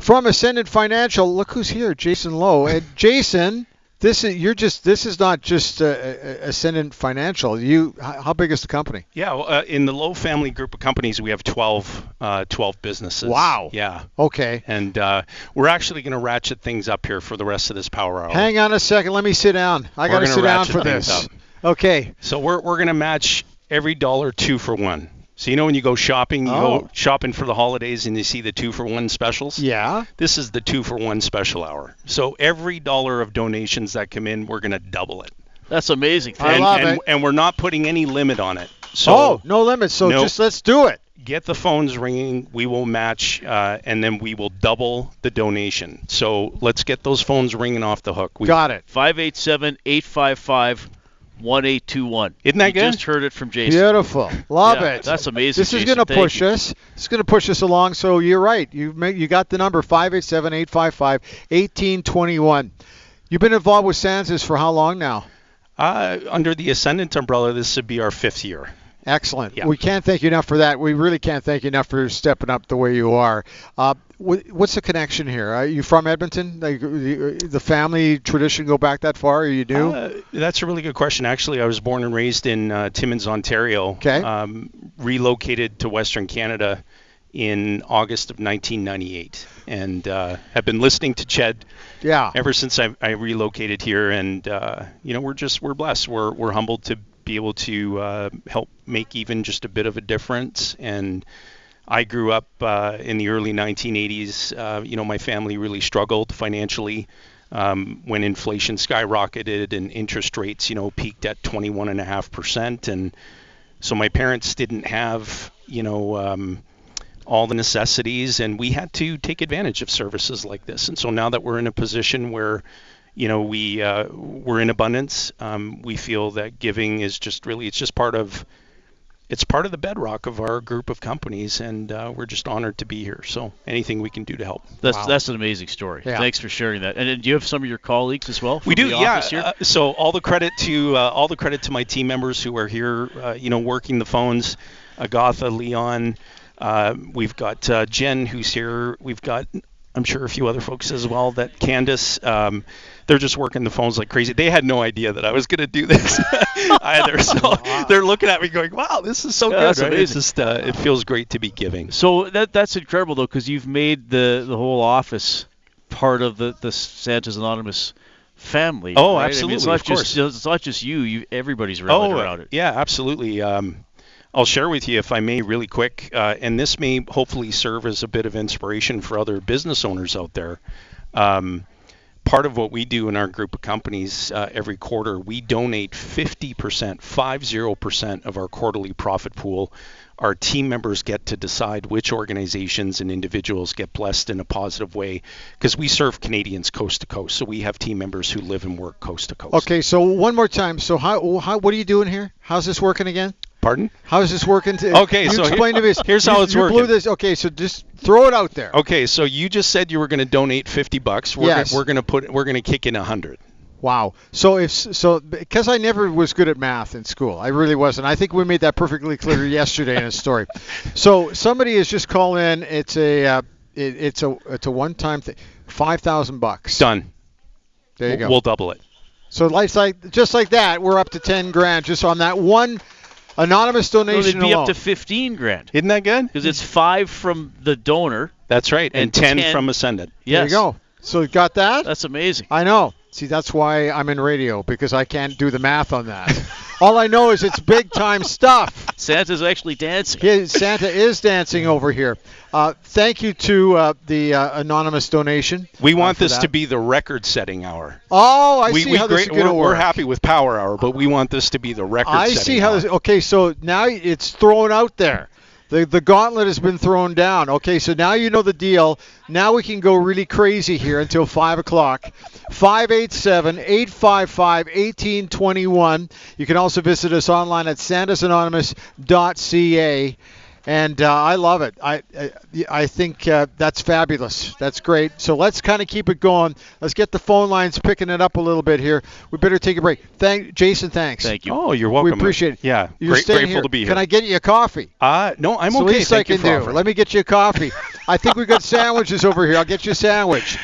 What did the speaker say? From Ascendant Financial, look who's here, Jason Lowe. And Jason, this is you're just this is not just uh, uh, Ascendant Financial. You how how big is the company? Yeah, well, uh, in the Low family group of companies, we have 12, uh, 12 businesses. Wow. Yeah. Okay. And uh, we're actually going to ratchet things up here for the rest of this power hour. Hang on a second. Let me sit down. I got Oh. We're to gonna sit down ratchet for things this. up. Okay. So we're, we're going to match every dollar two for one. So you know when you go shopping, you Oh. go shopping for the holidays and you see the two for one specials? Yeah. This is the two for one special hour. So every dollar of donations that come in, we're going to double it. That's amazing. I and, love and, it. and we're not putting any limit on it. So oh, no limits. So No. just let's do it. get the phones ringing. We will match, uh, and then we will double the donation. So let's get those phones ringing off the hook. We, Got it. 587 855 1821. Isn't that you good? Just heard it from Jason. Beautiful. Love Yeah, it. That's amazing. This is Jason. going to Thank push you. us. It's going to push us along. So you're right. You make you got the number 587-855-1821. You've been involved with Sanzas for how long now? uh, under the Ascendant umbrella, this would be our fifth year. Excellent. Yeah. We can't thank you enough for that. We really can't thank you enough for stepping up the way you are. Uh, wh- what's the connection here? Are you from Edmonton? Like uh, the the family tradition go back that far? Are you new? Uh, that's a really good question. Actually, I was born and raised in uh, Timmins, Ontario. Okay. Um, relocated to Western Canada in August of 1998, and uh, have been listening to Ched yeah. ever since I, I relocated here, and uh, you know we're just we're blessed. We're we're humbled to be able to uh, help make even just a bit of a difference. And I grew up uh, in the early 1980s. Uh, you know my family really struggled financially um, when inflation skyrocketed and interest rates you know peaked at 21.5 percent, and so my parents didn't have you know. Um, all the necessities and we had to take advantage of services like this and so now that we're in a position where you know we uh, we're in abundance um, we feel that giving is just really it's just part of it's part of the bedrock of our group of companies and uh, we're just honored to be here so anything we can do to help That's, Wow. that's an amazing story. Yeah. Thanks for sharing that. And, then do you have some of your colleagues as well? we from do the yeah office here? uh, so all the credit to uh, all the credit to my team members who are here uh, you know working the phones agatha leon uh, we've got uh, jen who's here we've got i'm sure a few other folks as well that candace um, they're just working the phones like crazy they had no idea that i was going to do this either so they're looking at me going wow this is so Yeah, good that's right? it's amazing. just uh, it feels great to be giving So that that's incredible though, because you've made the the whole office part of the the Santa's Anonymous family. Oh, right? I mean, absolutely, it's not of just it's not just you. You everybody's rallied Oh, around it. Oh, Yeah, absolutely. Um, I'll share with you, if I may, really quick, uh, and this may hopefully serve as a bit of inspiration for other business owners out there. Um, part of what we do in our group of companies uh, every quarter, we donate 50%, 50% of our quarterly profit pool. Our team members get to decide which organizations and individuals get blessed in a positive way because we serve Canadians coast to coast. So we have team members who live and work coast to coast. Okay. So one more time. So how how what are you doing here? How's this working again? Pardon? How is this working? To, Okay, you so here- explain to me. this. here's you, how it's you Blew working. this. Okay, so just throw it out there. Okay, so you just said you were going to donate 50 bucks. We're Yes. gonna, we're going to put we're going to kick in 100. Wow. So if so, because I never was good at math in school, I really wasn't. I think we made that perfectly clear yesterday in a story. So somebody is just calling in. It's a uh, it, it's a it's a one time thing. Five thousand bucks. Done. There you go. We'll double it. so like like just like that, we're up to ten grand just on that one anonymous So they'd donation be alone. up to 15 grand Isn't that good? because it's five from the donor. That's right. And, And 10, 10. from Ascendant. there Yes. you go. So you got that. That's amazing. I know. See, that's why I'm in radio because I can't do the math on that. All I know is it's big time stuff. Santa's actually dancing. His, Santa is dancing over here. Uh, thank you to uh, the uh, anonymous donation. We want uh, for this to that. be the record-setting hour. Oh, I we, see we how this is great, going we're, to work. we're happy with Power Hour, but we want this to be the I record-setting. see how hour. this. Okay, so now it's thrown out there. The, the gauntlet has been thrown down. Okay, so now you know the deal. Now we can go really crazy here until 5 o'clock. 587 855 1821. You can also visit us online at santasanonymous.ca. and uh, I love it. I I, I think uh, that's fabulous. That's great. So let's kind of keep it going. Let's get the phone lines picking it up a little bit here. We better take a break. Thank Jason. Thanks. Thank you. Oh, you're welcome. We appreciate it. Yeah, You're great, staying grateful here. to be here. Can I get you a coffee? Uh, no, I'm It's the okay. least Thank I you can for do. offering. Let me get you a coffee. I think we got sandwiches over here. I'll get you a sandwich.